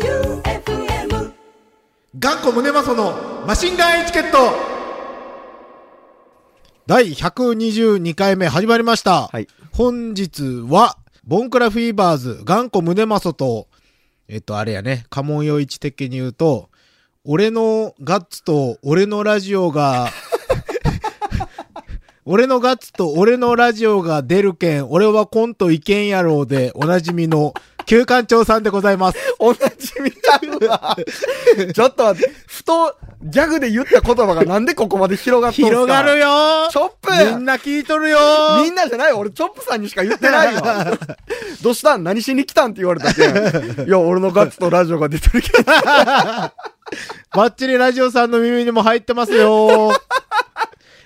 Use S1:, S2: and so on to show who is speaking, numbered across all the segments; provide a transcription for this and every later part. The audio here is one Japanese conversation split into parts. S1: J-O-E-U-F-M
S2: 頑固宗正のマシンガンエチケット第122回目始まりました。
S3: はい
S2: 本日は、ボンクラフィーバーズ、頑固宗正と、えっと、あれやね、家紋洋一的に言うと、俺のガッツと俺のラジオが、 俺のガッツと俺のラジオが出るけん、俺はコントいけんやろうで、おなじみの、旧館長さんでございます。
S3: 同じみたうわ。ちょっと待って、ふと、ギャグで言った言葉がなんでここまで広がったんすか
S2: 広がるよー
S3: チョップ
S2: みんな聞いとるよー
S3: みんなじゃない俺、チョップさんにしか言ってないよ。どうしたん何しに来たんって言われたけん。いや、俺のガッツとラジオが出てるけど。
S2: バッチリラジオさんの耳にも入ってます よー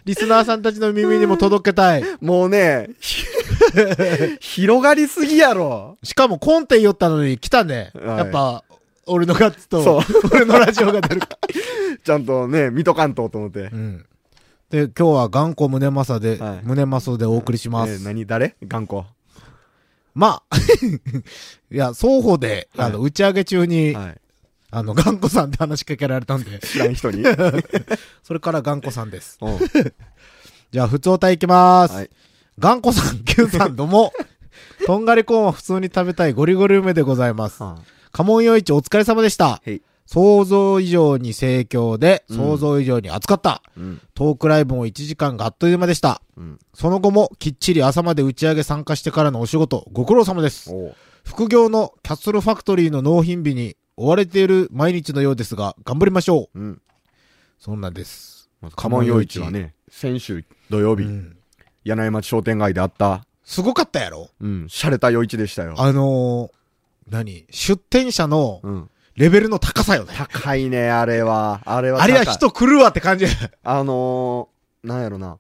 S2: リスナーさんたちの耳にも届けたい。
S3: もうね、ひ広がりすぎやろ。
S2: しかもコンテ言ったのに来たね。
S3: はい
S2: やっぱ、俺のガッツ
S3: そ
S2: と
S3: う、
S2: 俺のラジオが出る。
S3: ちゃんとね、水戸関東と思って
S2: う。ん。で、今日は頑固胸マサで、
S3: はい
S2: 胸マソでお送りします。
S3: えー何誰頑固。
S2: まあ、 いや、双方で、あの、打ち上げ中 に、
S3: はい。
S2: あの、頑固さんって話しかけられたん で、
S3: 知ら ん人に。
S2: それから頑固さんです。
S3: うん
S2: じゃあ、普通おたいきます。
S3: はい
S2: 頑固さん、Q さん、どうも。 とんがりコーンは普通に食べたいゴリゴリ梅でございます。カモンヨイチお疲れ様でした
S3: へい。
S2: 想像以上に盛況で、
S3: うん
S2: 想像以上に暑かった。
S3: うん。
S2: トークライブも1時間があっという間でした。
S3: うん。
S2: その後もきっちり朝まで打ち上げ参加してからのお仕事、ご苦労様です。
S3: おう
S2: 副業のキャッスルファクトリーの納品日に追われている毎日のようですが、頑張りましょう。
S3: うん。
S2: そんなんです。
S3: カモン陽一はね、先週土曜日、
S2: うん
S3: 柳井町商店街であった、
S2: すごかったやろ
S3: うん、洒落た陽一でしたよ。
S2: あのー、何出店者の
S3: うん。
S2: レベルの高さよね。
S3: 高いね、あれは。あれは
S2: あ
S3: 高い。
S2: れは人来るわって感じや。
S3: あのー、なんやろな。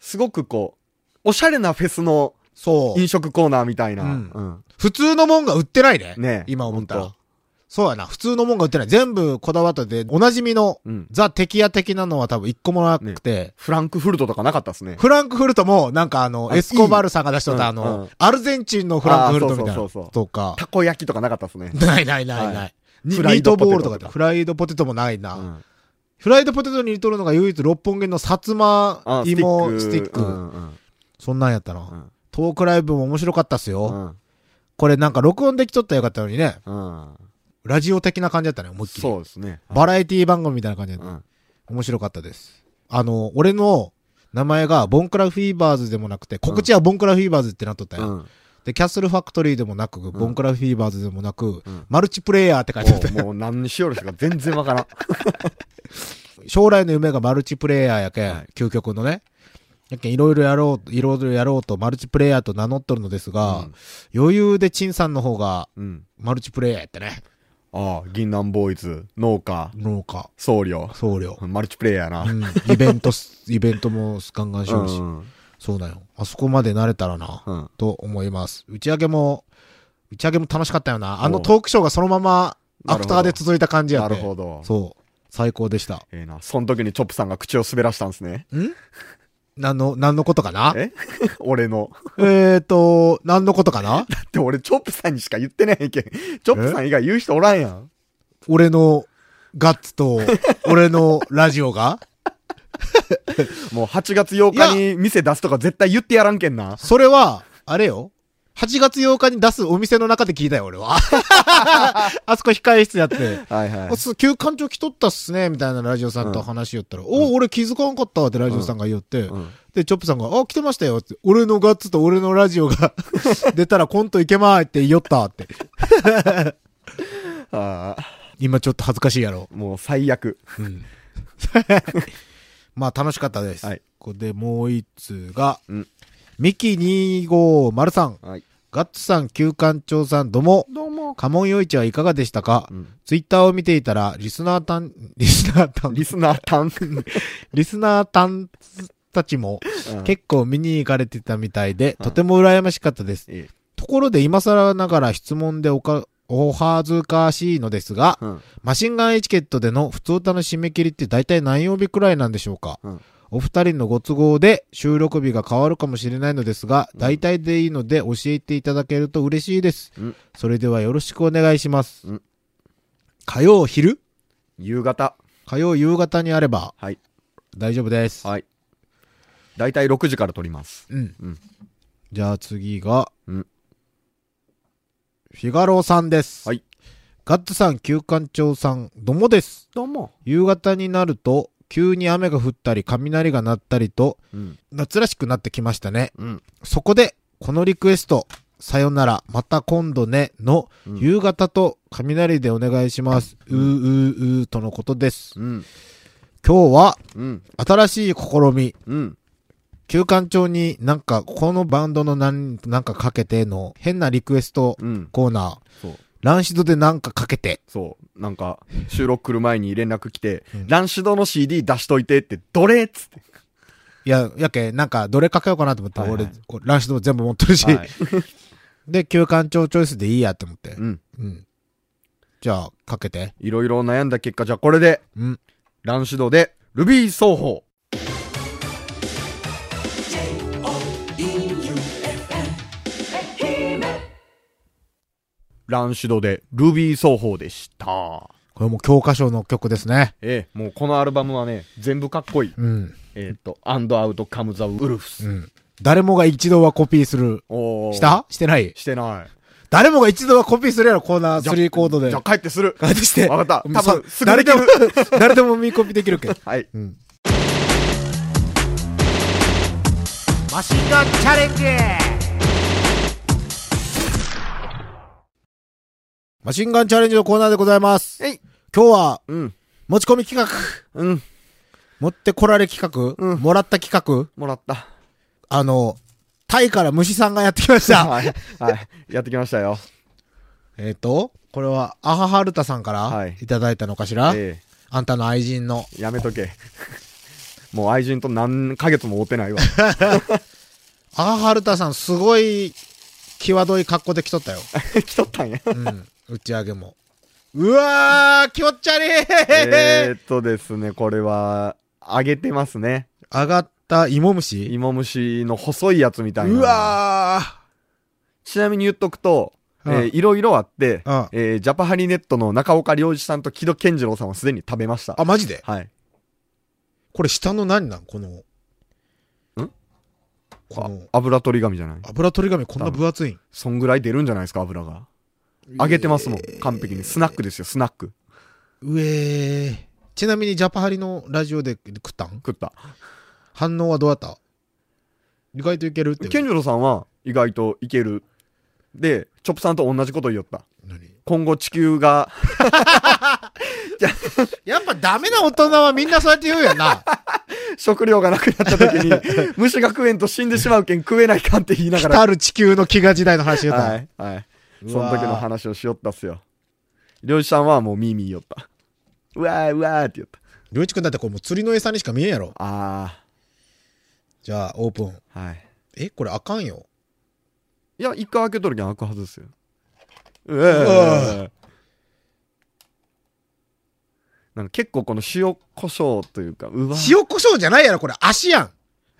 S3: すごくこう、おしゃれなフェスの
S2: そう。
S3: 飲食コーナーみたいな。
S2: う
S3: うんん。
S2: 普通のもんが売ってないね。
S3: ねえ
S2: 今思った
S3: ほん
S2: ら
S3: と。
S2: そうやな。普通のもんが売ってない。全部こだわってて、おなじみの、
S3: うん
S2: ザ・テキヤ的なのは多分一個もなくて、
S3: フランクフルトとかなかったっすね。
S2: フランクフルトも、なんかあの、
S3: あ
S2: エスコバルさんが出しとったあ
S3: いい
S2: の、
S3: うんうん
S2: アルゼンチンのフランクフルトみたいな。
S3: あーそうそうそうそ
S2: と
S3: う
S2: か。
S3: たこ焼きとかなかったっすね。
S2: ないないないない。
S3: は
S2: に
S3: フ
S2: ミ
S3: ラ
S2: ー
S3: イ
S2: ト
S3: ドポテト
S2: ボールとかって
S3: とか
S2: フライドポテトもないな。
S3: うん。
S2: フライドポテトに似とるのが唯一六本木の薩摩
S3: あ
S2: 芋スティック。
S3: うんうん
S2: そんなんやったな、
S3: ん
S2: トークライブも面白かったっす
S3: う
S2: よ。
S3: ん。
S2: これなんか録音できとったらよかったのにね。
S3: うん。
S2: ラジオ的な感じだったね、思いっきり。
S3: そうですね。
S2: バラエティ番組みたいな感じで、
S3: うん。
S2: 面白かったです。あの、俺の名前がボンクラフィーバーズでもなくて、告知はボンクラフィーバーズってなっとった
S3: う
S2: よ。
S3: ん。
S2: で、キャッスルファクトリーでもなく、ボンクラフィーバーズでもなく
S3: ん、
S2: マルチプレイヤーって書いてあった。
S3: もうもう何しよるしか全然わからん。
S2: 将来の夢がマルチプレイヤーやけ
S3: は
S2: ん
S3: い、
S2: 究極のね。やけん、いろいろやろう、いろいろやろうとマルチプレイヤーと名乗っとるのですが、余裕で陳さんの方が
S3: うん。
S2: マルチプレイヤーやったね。
S3: ああ、銀杏ボーイズ、農家、
S2: 農家、
S3: 僧侶、
S2: 僧侶。
S3: マルチプレイヤーな。
S2: うん、イベントす、 イベントもガンガンしよるし
S3: う。ん
S2: そうだよ。あそこまで慣れたらな、
S3: うん
S2: と思います。打ち上げも、打ち上げも楽しかったよな。あの
S3: おう
S2: トークショーがそのまま、
S3: な
S2: アフ
S3: るほど
S2: ターで続いた感じや
S3: な
S2: っ
S3: る
S2: て。
S3: ほど。
S2: そう。最高でした。
S3: ええな。その時にチョップさんが口を滑らしたんですね。
S2: なんの、なんのことかな
S3: え 俺の。
S2: えーと、なんのことか な
S3: だって俺チョップさんにしか言ってないけん。チョップさん以外言う人おらんやん。
S2: 俺のガッツと、俺のラジオが
S3: もう8月8日に店出すとか絶対言ってやらんけんな。
S2: それは、あれよ。8月8日に出すお店の中で聞いたよ、俺 は。あそこ控え室やって。
S3: はいは
S2: あそう旧館長来とったっすね、みたいなラジオさんと話しよったら、おう俺気づかんかったわってラジオさんが言って、
S3: ん
S2: で、チョップさんが、あ、来てましたよって、俺のガッツと俺のラジオが 出たらコントいけまーいって言いよったって。
S3: ああ、
S2: 今ちょっと恥ずかしいやろ。
S3: もう最悪。
S2: まあ楽しかったです。
S3: はい
S2: ここでもう一通が、
S3: うん
S2: ミキ2503さん、
S3: はい。
S2: ガッツさん、旧館長さん、どうも。
S3: どうも。
S2: カモンヨイチはいかがでしたか、
S3: ん
S2: ツイッターを見ていたら、リスナーたん、 リスナーたん、
S3: リスナータン。
S2: リスナーたんたちも
S3: うん
S2: 結構見に行かれてたみたいで、とても羨ましかったです。
S3: ええ
S2: ところで今更ながら質問でおか、お恥ずかしいのですが、
S3: うん
S2: マシンガンエチケットでの普通歌の締め切りって大体何曜日くらいなんでしょうか、
S3: うん
S2: お二人のご都合で収録日が変わるかもしれないのですが、大体でいいので教えていただけると嬉しいです。
S3: うん
S2: それではよろしくお願いします。
S3: うん
S2: 火曜昼
S3: 夕方。
S2: 火曜夕方にあれば
S3: はい。
S2: 大丈夫です。
S3: はい。だいたい6時から撮ります。
S2: うん。
S3: うん
S2: じゃあ次が、
S3: うん
S2: フィガロさんです。
S3: はい
S2: ガッツさん、旧館長さん、どうもです。
S3: どうも。
S2: 夕方になると急に雨が降ったり雷が鳴ったりと
S3: うん。
S2: 夏らしくなってきましたね
S3: うん。
S2: そこでこのリクエスト「さよならまた今度ね」の
S3: うん
S2: 夕方と雷でお願いします、うーうーうーとのことです
S3: うん。
S2: 今日は
S3: うん。
S2: 新しい試み
S3: うん。
S2: 休館長になんかこのバンドのなんなんかかけての変なリクエスト
S3: うん。
S2: コーナー
S3: そう。
S2: ランシドでなんかかけて
S3: そう。なんか、収録来る前に連絡来て、
S2: うん
S3: ランシドの CD 出しといてって、どれっつって。
S2: いややけなんかどれかけようかなと思って、
S3: はいはい
S2: 俺ランシドも全部持ってるし、
S3: はい。
S2: で、旧館長チョイスでいいやって思って。
S3: うん。
S2: うん。じゃあ、かけて。
S3: いろいろ悩んだ結果、じゃあこれで、
S2: うん。
S3: ランシドで、ルビー奏法。ランシドで、ルビー奏法でした。
S2: これも教科書の曲ですね。
S3: ええ、もうこのアルバムはね、全部かっこいい。
S2: うん。
S3: えっ、と、アンドアウトカムザウルフ
S2: う
S3: ス。
S2: ん。誰もが一度はコピーする。
S3: おー
S2: したしてない。
S3: してない。
S2: 誰もが一度はコピーするやろ、コーナー
S3: じゃ
S2: 3コードで。
S3: じゃあ帰ってする。
S2: 帰ってして。
S3: わかった
S2: うん
S3: 多分
S2: そう
S3: すぐ
S2: 誰
S3: でき
S2: でも
S3: る、
S2: 誰でも見 コピーできるけど。
S3: はい。
S2: うん。マシンガンチャレンジマシンガンチャレンジのコーナーでございます。
S3: えい。
S2: 今日は、
S3: うん。
S2: 持ち込み企画、
S3: うん。
S2: 持ってこられ企画、
S3: うん
S2: もらった企画、
S3: もらった。
S2: あの、タイから虫さんがやってきました。
S3: はい。はい。やってきましたよ。
S2: えっと、これは、アハハルタさんか
S3: は
S2: ら
S3: い
S2: いただいたのかしら、
S3: え
S2: あんたの愛人の。
S3: えやめとけ。 もう愛人と何ヶ月も会ってないわ。
S2: アハハルタさん、すごい、際どい格好で来と ったよ。
S3: 来とった んや。
S2: うん、打ち上げも。うわー、気持ち悪い、
S3: えーっとですね、これは、揚げてますね。
S2: 上がった芋虫
S3: 芋虫の細いやつみたいな。
S2: うわ
S3: ちなみに言っとくと、え
S2: うん
S3: ーいろいろあって、
S2: うん
S3: えージャパハリネットの中岡良二さんと木戸健次郎さんはすでに食べました
S2: ー。あ、マジで
S3: はい。
S2: これ下の何なんこの。んこ
S3: あ
S2: の、
S3: 油取り紙じゃない
S2: 油取り紙こんな分厚いん
S3: そんぐらい出るんじゃないですか、油が。揚げてますもん、完璧に。スナックですよ、スナック。
S2: うえー。ちなみにジャパハリのラジオで食ったん
S3: 食った。
S2: 反応はどうだった意外といけるって。
S3: 健次郎さんは意外といける。で、チョップさんと同じこと言おった。
S2: 何
S3: 今後地球が、
S2: やっぱダメな大人はみんなそうやって言うやん な。
S3: 食料がなくなった時に、虫が食えんと死んでしまうけん食えないかんって言いながら。
S2: 来る地球の飢餓時代の話言うた。
S3: はい、はい。
S2: う
S3: その
S2: わー
S3: 時の話をしよったっすよ。漁師さんはもうミーミー言おった。うわーうわーって言った。
S2: りょういちくんだってこれもう釣りの餌にしか見えんやろ。
S3: あ
S2: じゃあ、オープン。
S3: ー、はい。
S2: え、これあかんよ。
S3: いや、一回開けとるけん開くはずですよ。うわーなんか結構この塩胡椒というか、うわー
S2: 塩胡椒じゃないやろ、これ。足やん。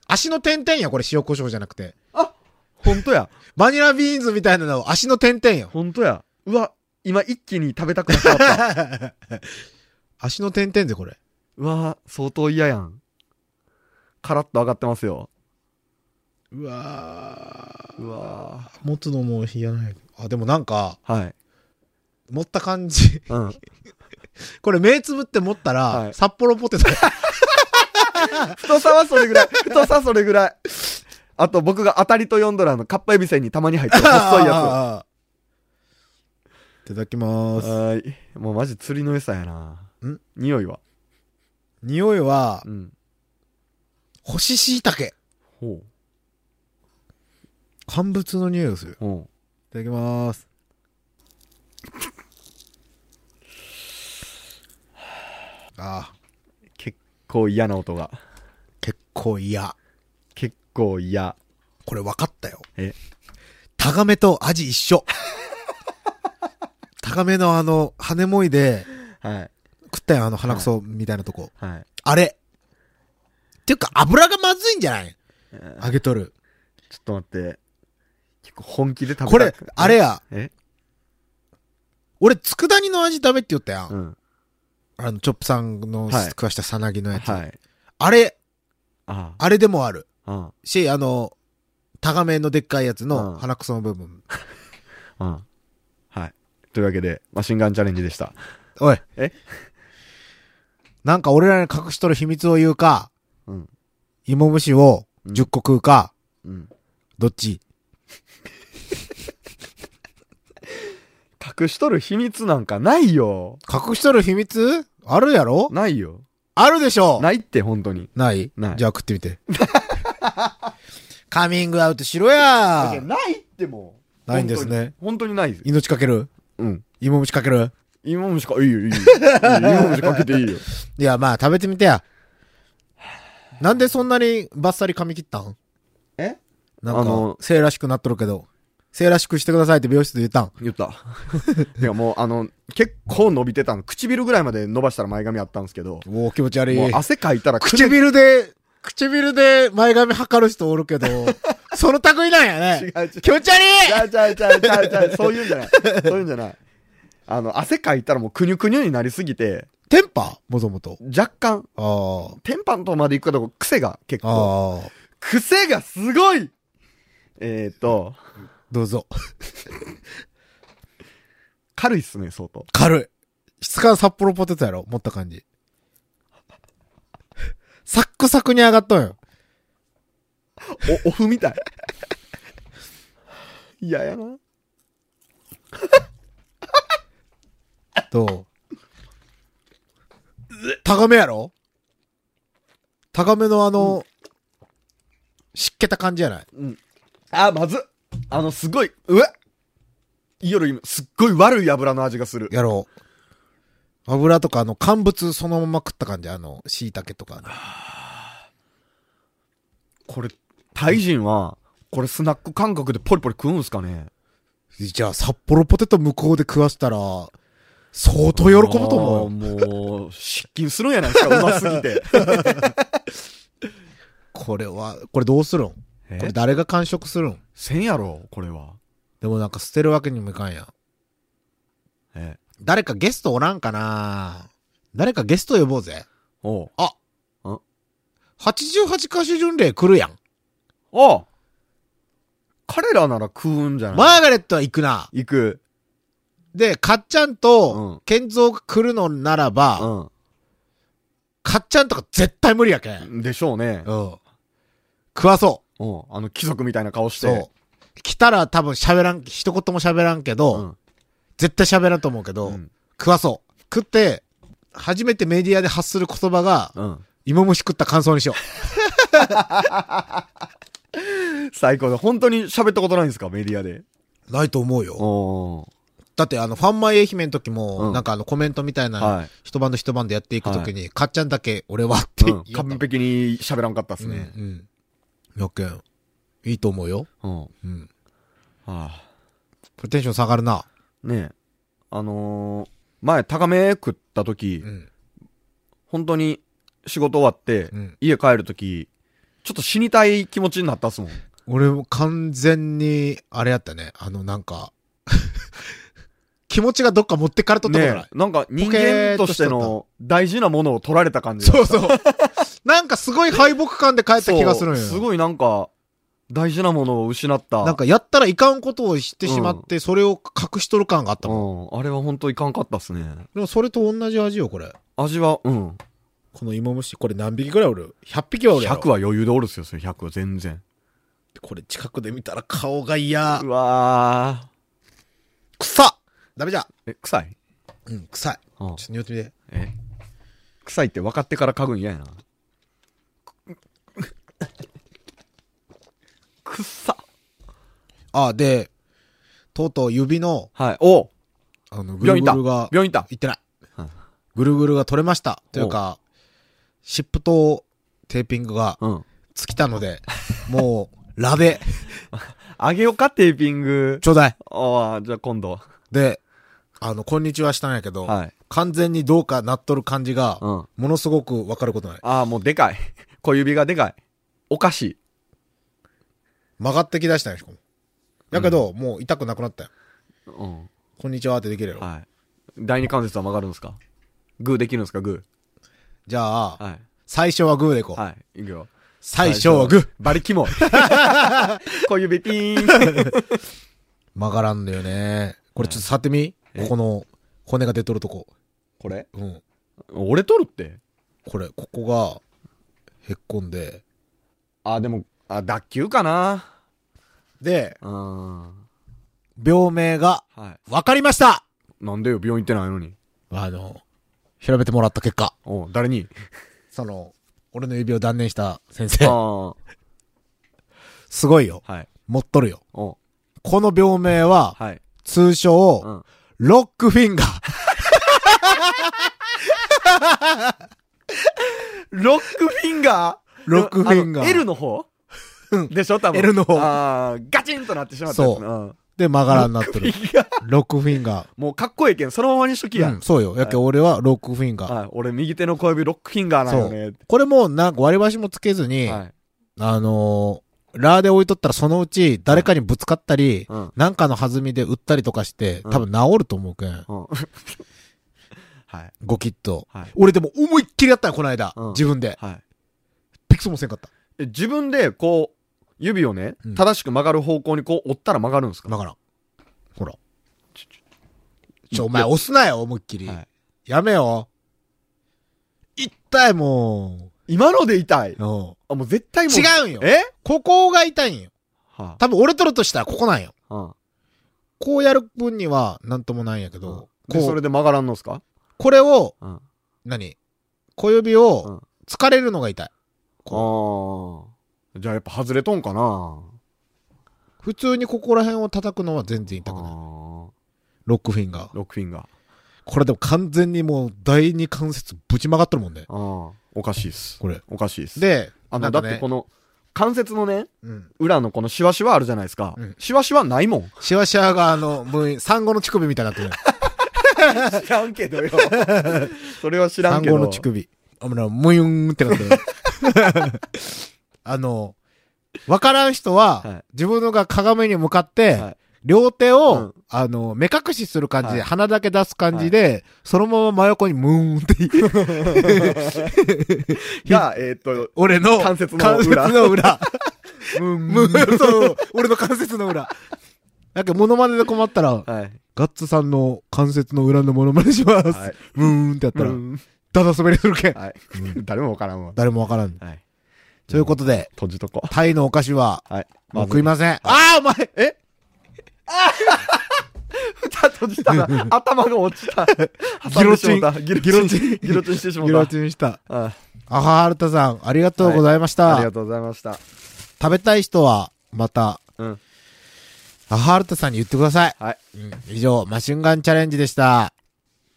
S2: 足の点々や、これ塩胡椒じゃなくて。
S3: あほんとや。
S2: バニラビーンズみたいなのを足の点々よ。
S3: ほんとや。うわ、今一気に食べたくなっちゃ った。
S2: 足の点々で、これ。
S3: うわー相当嫌やん。カラッと上がってますよ。
S2: うわ
S3: うわ
S2: ー持つのも嫌ない。あ、でもなんか、
S3: ーはい。
S2: 持った感じ。
S3: うん。
S2: これ目つぶって持ったら、
S3: はい
S2: 札幌ポテト。
S3: 太さはそれぐら い。太さはそれぐらい。あと僕が当たりと呼んどるあの、カッパエビせんにたまに入ってる細 いや
S2: やつ。いただきま
S3: つ。
S2: す。
S3: はーい。もうマジ釣りの餌やな。
S2: ん
S3: 匂いは。
S2: 匂いは
S3: う、ん。
S2: 干し椎茸。
S3: ほ
S2: 乾物の匂いがする。
S3: う。ほ
S2: いただきます。ああ、
S3: う。結構嫌な音が。
S2: 結構嫌。
S3: 結構嫌。
S2: これ分かったよ。
S3: え
S2: タガメとアジ一緒。タガメのあの、羽もいで
S3: はい。
S2: 食ったよ、あの鼻くそみたいなとこ。
S3: はい。
S2: あれ。ていうか、油がまずいんじゃない
S3: えー
S2: 揚げとる。
S3: ちょっと待って。結構本気で食べた
S2: これ、あれや、
S3: え
S2: 俺、佃煮の味食べって言ったやん。
S3: うん。
S2: あの、チョップさんの
S3: はい
S2: 食わしたさなぎのやつ。
S3: はい。
S2: あれ、
S3: ああ。
S2: あれでもある。
S3: あ
S2: し、あの、タガメのでっかいやつ
S3: う
S2: の
S3: ん
S2: 鼻くその部分。
S3: あ。ああ。はい。というわけで、マシンガンチャレンジでした。
S2: おい。
S3: え
S2: なんか俺らに隠しとる秘密を言うか、
S3: うん。
S2: 芋虫を10個食うか、
S3: うん。
S2: どっち
S3: 隠しとる秘密なんかないよ。
S2: 隠しとる秘密あるやろ
S3: ないよ。
S2: あるでしょ
S3: ないって、本当に。
S2: ない
S3: ない
S2: じゃあ食ってみて。カミングアウトしろや
S3: だけどないってもう
S2: ないんですね。
S3: 本当に本当にないです。
S2: 命かける
S3: うん。
S2: 芋虫かける
S3: 芋虫か、いい よ、いいよ。芋虫かけていいよ。
S2: いや、まあ食べてみてや。なんでそんなにバッサリ噛み切ったん
S3: え
S2: なん
S3: あ
S2: か
S3: の、
S2: 生らしくなっとるけど。生らしくしてくださいって美容室で言ったん。
S3: 言った。 いや、もう、あの、結構伸びてたの。唇ぐらいまで伸ばしたら前髪あったんですけど、
S2: おお気持ち悪い
S3: もう。汗かいたらくる
S2: 唇で、唇で前髪測る人おる けど、その類なんや
S3: 違う
S2: ね。
S3: 違う。
S2: 気持ち悪
S3: ち
S2: い
S3: ゃうちゃうちゃうちゃうちゃう。そういうんじゃない。そういうんじゃない。あの、汗かいたらもうくにゅくにゅになりすぎて、
S2: テンパもともと。
S3: 若干、
S2: あ
S3: テンパンとまで行くかどうか癖が結
S2: あ。
S3: 構。
S2: ああ。
S3: 癖がすごいえっ、ー、と、
S2: どうぞ。
S3: 軽いっすね、相当。
S2: 軽い。質感札幌ポテトやろ持った感じ。サックサクに上がっとんよ。
S3: お、オフみたい。 嫌ややな。
S2: どう高めやろ高めのあの、湿気た感じやない
S3: あー、まずっあの、すごい、うわ夜今、すっごい悪い油の味がする。
S2: やろう。油とかあの乾物そのまま食った感じあの、椎茸とかの。
S3: これ、タイ人は、これスナック感覚でポリポリ食うんすかね
S2: じゃあ、札幌ポテト向こうで食わせたら、相当喜ぶと思うよ。
S3: あーもう、失禁するんやないですか、うます ぎて。
S2: これは、これどうするんこれ誰が完食するん
S3: せんやろ、これは。
S2: でもなんか捨てるわけにもいかんやん。
S3: え
S2: 誰かゲストおらんかな誰かゲスト呼ぼうぜ。
S3: おう。
S2: あ
S3: ん
S2: !88 歌手巡礼来るやん。
S3: あ彼らなら食うんじゃない
S2: マーガレットは行くな。
S3: 行く。
S2: で、かっちゃん
S3: う
S2: と
S3: ん、
S2: ケンゾーが来るのならば、
S3: う
S2: かっちゃんとか絶対無理やけん。うん。
S3: ん。でしょうね。
S2: 食わそう。
S3: うん。あの、貴族みたいな顔して。
S2: そう。来たら多分喋らん、一言も喋らんけど、
S3: うん
S2: 絶対喋らんと思うけど、
S3: うん
S2: 食わそう。食って、初めてメディアで発する言葉が、
S3: うん。
S2: 芋虫食った感想にしよ
S3: 最高だ。本当に喋ったことないんですか、メディアで。
S2: う。ないと思うよ。
S3: おー
S2: だってあの、ファンマイ愛媛の時も、
S3: うん
S2: なんかあの、コメントみたいな、
S3: はい
S2: 一晩の一晩でやっていく時に、かっちゃんだけ俺はって
S3: う
S2: 言
S3: ん
S2: った
S3: 完璧に喋らんかったっす
S2: うん
S3: ね。
S2: うん。やけん。いいと思うよ。
S3: うん。
S2: うん。
S3: あ
S2: これテンション下がるな。
S3: あ。ねえ。あのー、前、高め食った時、
S2: うん。
S3: 本当に仕事終わって、
S2: うん
S3: 家帰る時、ちょっと死にたい気持ちになったっすもん。
S2: 俺も完全に、あれやったね。あの、なんか、 気持ちがどっか持ってかれとったことない。
S3: ねえなんか人
S2: ポケー
S3: 間
S2: っと
S3: と
S2: し
S3: し
S2: とった
S3: ての大事なものを取られた感じ
S2: そう
S3: が
S2: そう。 なんかすごい敗北感で帰った気がするんよ。
S3: そうすごいなんか、大事なものを失った。
S2: なんかやったらいかんことを知ってしまって、それを隠しとる感があった
S3: う
S2: もん。
S3: ん、あれは本当いかんかったっすね。
S2: でもそれと同じ味よ、これ。
S3: 味は、うん。
S2: この芋虫、これ何匹ぐらいおる ?100 匹はおるやろ。
S3: 100は余裕でおるっすよ、それ100は全然。
S2: これ近くで見たら顔が嫌
S3: う。わー。
S2: 臭っダメじゃん。
S3: え、臭い
S2: うん、臭い。
S3: うん
S2: ちょっと匂ってみて。
S3: え臭いって分かってから嗅ぐん嫌やな。くっさ。
S2: あ、で、とうとう指の、
S3: はい。お
S2: あの、ぐ
S3: 病
S2: るぐる
S3: 院行った
S2: が、
S3: 病院行っ
S2: いってない
S3: うん。
S2: ぐるぐるが取れました。というか、シップとテーピングが
S3: た。うん。
S2: 尽きたの で、もう、ラベ、
S3: あげようか、テーピング。
S2: ちょうだい。
S3: ああ、じゃあ今度。
S2: で、あの、こんにちはしたんやけど、
S3: はい。
S2: 完全にどうかなっとる感じが、
S3: うん。
S2: ものすごくわかることない。
S3: ああ、もうでかい。 小指がでかい。おかしい。
S2: 曲がってきだしたよ、しかも。だけど、もう痛くなくなったよ。
S3: うん。
S2: こんにちはってできるよ。
S3: はい。第二関節は曲がるんですかグーできるんですかグ
S2: じゃあ、
S3: ー。はい。
S2: 最初はグーでいこう。
S3: はい。いくよ。
S2: 最初はグー。。
S3: バリキモい。 小指ピーン。
S2: 曲がらんだよね。これちょっと触ってみ、
S3: え
S2: ここの骨が出とるとこ。
S3: これ
S2: うん。
S3: 俺取るって。
S2: これ、ここが、へっこんで。
S3: あ、でも、あ、脱臼かな。
S2: で、
S3: うん。は
S2: 病名が、
S3: い。
S2: わかりました
S3: なんでよ、病院行ってないのに。
S2: あの、調べてもらった結果、
S3: おう誰に
S2: その、俺の指を断念した先
S3: あ
S2: 生、
S3: あ。は
S2: すごいよ。
S3: い。
S2: 持っとるよ。
S3: おう
S2: この病名は、
S3: はい。
S2: 通称、
S3: うん。
S2: ロックフィンガー。
S3: ロックフィンガー
S2: ロックフィンガー
S3: あの L の方
S2: うん
S3: でしょ多分。
S2: L の方
S3: ああ、ガチンとなってしまったやつなうん。
S2: で、曲がらになってる。
S3: いや
S2: ロックフィンガー。
S3: もうかっこいいけん、そのままにしときや。
S2: うん、そうよ。やけ俺はロックフィンガー。
S3: はい。俺、右手の小指、ロックフィンガーなんよね。
S2: これも、なんか割り箸もつけずに、
S3: はい。
S2: あのーラーで置いとったらそのうち誰かにぶつかったり、
S3: うん。
S2: なんかの弾みで打ったりとかして、
S3: うん
S2: 多分治ると思うけん。
S3: うんはい。
S2: ゴキッと。
S3: はい。
S2: 俺でも思いっきりやったよ、この間。
S3: うん
S2: 自分で。
S3: はい。
S2: ピクソもせんかった。
S3: え自分で、こう、指をね
S2: うん、
S3: 正しく曲がる方向にこう、折ったら曲がるんですか
S2: わからん。ほら。
S3: ち
S2: ち
S3: ょ
S2: ょ、お前押すなよ、思いっきり。
S3: はい
S2: やめよ。痛い、も。。
S3: 今ので痛いう
S2: うん
S3: あ、もう絶対もう。
S2: 違うんよ。
S3: え
S2: ここが痛いんよ。
S3: は
S2: 多分俺取るとしたらここなんよ。
S3: あ。うん。
S2: こうやる分にはなんともないんやけど、
S3: で、
S2: こ
S3: そうれ、で曲がらんのっすか
S2: これを、
S3: うん。
S2: 何小指を、疲れるのが痛い。こ
S3: ああ。じゃあやっぱ外れとんかな
S2: う普通にここら辺を叩くのは全然痛くない。
S3: あ
S2: ロックフィンガ
S3: ー
S2: ー。
S3: ロックフィンガー。
S2: これでも完全にもう第二関節ぶち曲がっとるもんね。
S3: ああ。おかしいっす。
S2: これ。
S3: おかしいっす。、
S2: で、
S3: あ
S2: な
S3: の、
S2: ん
S3: だ
S2: か
S3: って
S2: ね
S3: こ、の、関節のね、
S2: うん。
S3: 裏のこのシワシワあるじゃないですか
S2: うん。
S3: シワシワな いもん。
S2: シワシワがあの、もう、産後の乳首みたいになってる。
S3: 知らんけどよ。 それは知らん
S2: 産
S3: けど。
S2: 後の乳首。あ、もう、むゆんってなってる。 あの、わからん人は、
S3: はい
S2: 自分のが鏡に向かって、
S3: はい
S2: 両手
S3: う
S2: を
S3: ん、
S2: あの、目隠しする感じで、
S3: はい
S2: 鼻だけ出す感じで、そのまま真横にムーンって
S3: が、えーっと、
S2: 俺の
S3: 関節の裏
S2: 関節の 裏。
S3: む
S2: むそう、俺の関節の裏。なんか、モノマネで困ったら、
S3: はい。
S2: ガッツさんの関節の裏のモノマネします。
S3: はい。
S2: ムーンってやったら、
S3: うん
S2: ダダ滑りするけん。
S3: はい。 誰もわからんわ。
S2: 誰もわからん。
S3: はい。
S2: ということで、
S3: 閉じとこ。
S2: タイのお菓子は、
S3: はい。
S2: もう食いません。あ
S3: ああ、お前えああ閉じたら 頭が落ちた。
S2: ギロチン
S3: 挟んでしもうたギロチン。
S2: ギロチン
S3: ギロチンしてしま
S2: ギロ
S3: った
S2: チンした。
S3: あ
S2: アハハルタさん、ありがとうございまし
S3: あ。
S2: た。
S3: ありがとうございました。
S2: 食べたい人は、また、
S3: うん。
S2: アハハルタさんに言ってください。
S3: はい。
S2: うん以上、マシンガンチャレンジでした。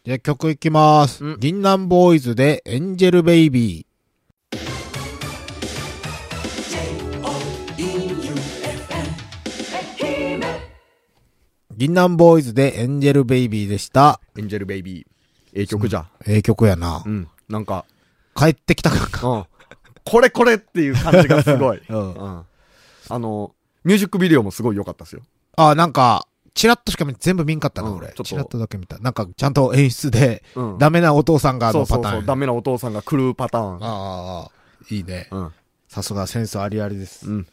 S2: じゃあ曲いきます。
S3: うん
S2: 銀杏ボーイズでエンジェルベイビー。銀杏ボーイズでエンジェルベイビーでした。
S3: エンジェルベイビー。ええ曲じゃ。
S2: ええ曲やな
S3: う。ん。なんか、
S2: 帰ってきた感か。
S3: うん。これこれっていう感じがすごい。
S2: う。
S3: うんん。あの、ミュージックビデオもすごい良かったですよ。
S2: あ、なんか、チラッとしか見全部見んかったな、
S3: うん
S2: 俺。
S3: ちょっと
S2: チラッとだけ見た。なんか、ちゃんと演出で、
S3: うん
S2: ダメなお父さんがあ
S3: そ
S2: の
S3: うそ
S2: パ
S3: う
S2: ターン。
S3: そう。ダメなお父さんが狂うパターン。
S2: ああ、いいね。
S3: うん。
S2: さすがセンスありありです。
S3: うん。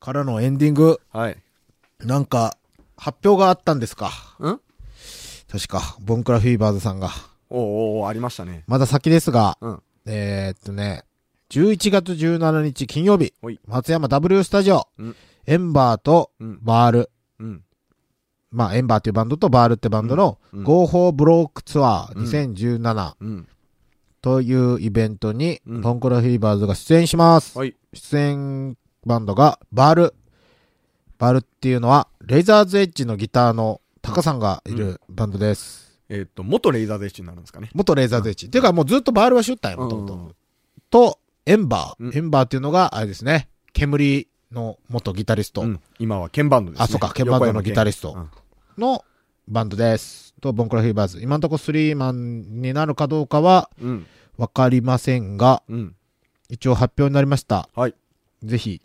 S2: からのエンディング。
S3: はい。
S2: なんか、発表があったんですか
S3: うん
S2: 確か、ボンクラフィーバーズさんが。
S3: おーおーありましたね。
S2: まだ先ですが、
S3: うん。
S2: えー、っとね、11月17日金曜日
S3: ほい、
S2: 松山 W スタジオ、
S3: うん
S2: エンバーと
S3: うん。
S2: バール、
S3: うん。
S2: まあ、エンバーっていうバンドとバールってバンドの
S3: うんうん
S2: Go for Broke ツアー2017
S3: うん。
S2: というイベントに、
S3: うん
S2: ボンクラフィーバーズが出演します。
S3: はい。
S2: 出演バンドがバール。バールっていうのは、レイザーズエッジのギターのタカさんがいるバンドです。
S3: えーっと、元レイザーゼッチになるんですかね。
S2: 元レーザーズエッジ。ていうかもうずっとバールはシュッターや、もとも
S3: う
S2: と
S3: ん。
S2: と、エンバー。
S3: うん
S2: エンバーっていうのが、あれですね、煙の元ギタリスト
S3: うん、今は鍵盤ドです、ね。
S2: あそうか鍵盤ドのギタリスト
S3: 横山
S2: のバンドです。と、ボンクラフィーバーズ。今のところスリーマンになるかどうかは
S3: 鍵うん。
S2: わかりませんが、
S3: うん。
S2: 一応発表になりました。
S3: はい。
S2: ぜひ、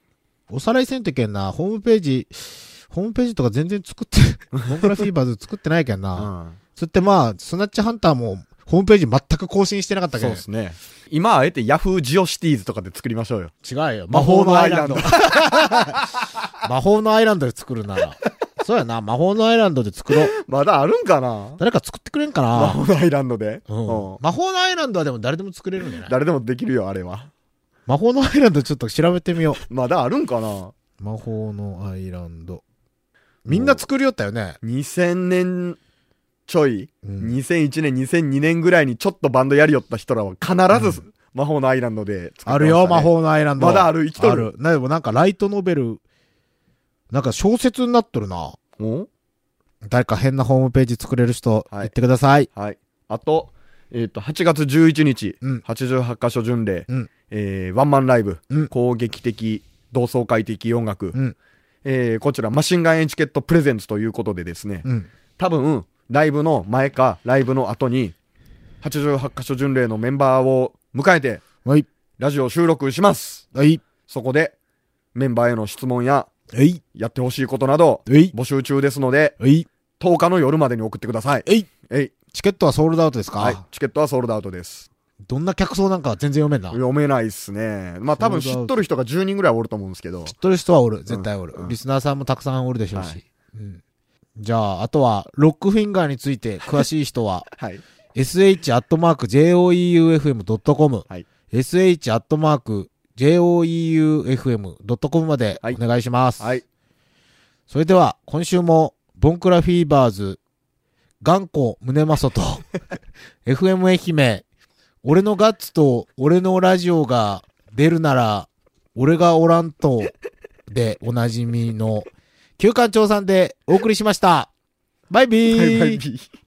S2: おさらいせんといけんな。ホームページ、ホームページとか全然作っ て、モンクラフィーバーズ作ってないけんな。そってまあ、スナッチハンターも、ホームページ全く更新してなかったけ
S3: そ
S2: ど
S3: うですね。今、あえて Yahoo ジオシティーズとかで作りましょうよ。
S2: 違うよ。
S3: 魔法のアイランド。
S2: 魔法のアイランドで作るなら。そうやな、魔法のアイランドで作ろう。
S3: まだあるんかな
S2: 誰か作ってくれんか
S3: 魔
S2: な
S3: 法のアイランドで。
S2: うん
S3: うん。
S2: 魔法のアイランドはでも誰でも作れるんじゃない
S3: 誰でもできるよ、あれは。
S2: 魔法のアイランドちょっと調べてみよ
S3: まだあるんかな
S2: う。魔法のアイランド。みんな作りよったよね。
S3: 2000年ちょい、
S2: うん
S3: 2001年2002年ぐらいにちょっとバンドやりよった人らは必ず魔法のアイランドで作ってましたね
S2: あるよ、魔法のアイランド。
S3: まだある生きとる
S2: あなでもなんかライトノベル、なんか小説になっとるな。
S3: お
S2: 誰か変なホームページ作れる人、
S3: は
S2: 言
S3: い
S2: ってください。
S3: はいあと,、えー、と8月11日、
S2: うん
S3: 88箇所巡礼、
S2: うん
S3: えーワンマンライブ、
S2: うん
S3: 攻撃的同窓会的音楽、
S2: うん
S3: えーこちらマシンガンエチケットプレゼンツということでですね、
S2: うん。
S3: 多分ライブの前かライブの後に88箇所巡礼のメンバーを迎えて
S2: はい。
S3: ラジオ収録します
S2: はい。
S3: そこで、メンバーへの質問や、
S2: はい。
S3: やってほしいことなど、
S2: はい。
S3: 募集中ですので、
S2: はい。
S3: 10日の夜までに送ってください。
S2: えい。
S3: えい。
S2: チケットはソールドアウトですか、
S3: はい。チケットはソールドアウトです。
S2: どんな客層なんかは全然読めんな。知っ
S3: 読めないっすね。まあ多分知っとる人が10人ぐらいおると思うんですけど。
S2: とる人はおる。絶対おる、
S3: うんうん
S2: リスナーさんもたくさんおるでしょうし。
S3: はい
S2: うん。じゃあ、あとは、ロックフィンガーについて詳しい人は、
S3: はい。
S2: sh.joeufm.com、
S3: はい
S2: sh.joeufm.com まで
S3: はい
S2: お願いします。
S3: はい。
S2: それでは、今週も、ボンクラフィーバーズ、頑固胸マ ソと、FM 愛媛、俺のガッツと俺のラジオが出るなら、俺がおらんと、でおなじみの、旧館長さんでお送りしました。バイビー
S3: バイバイビー。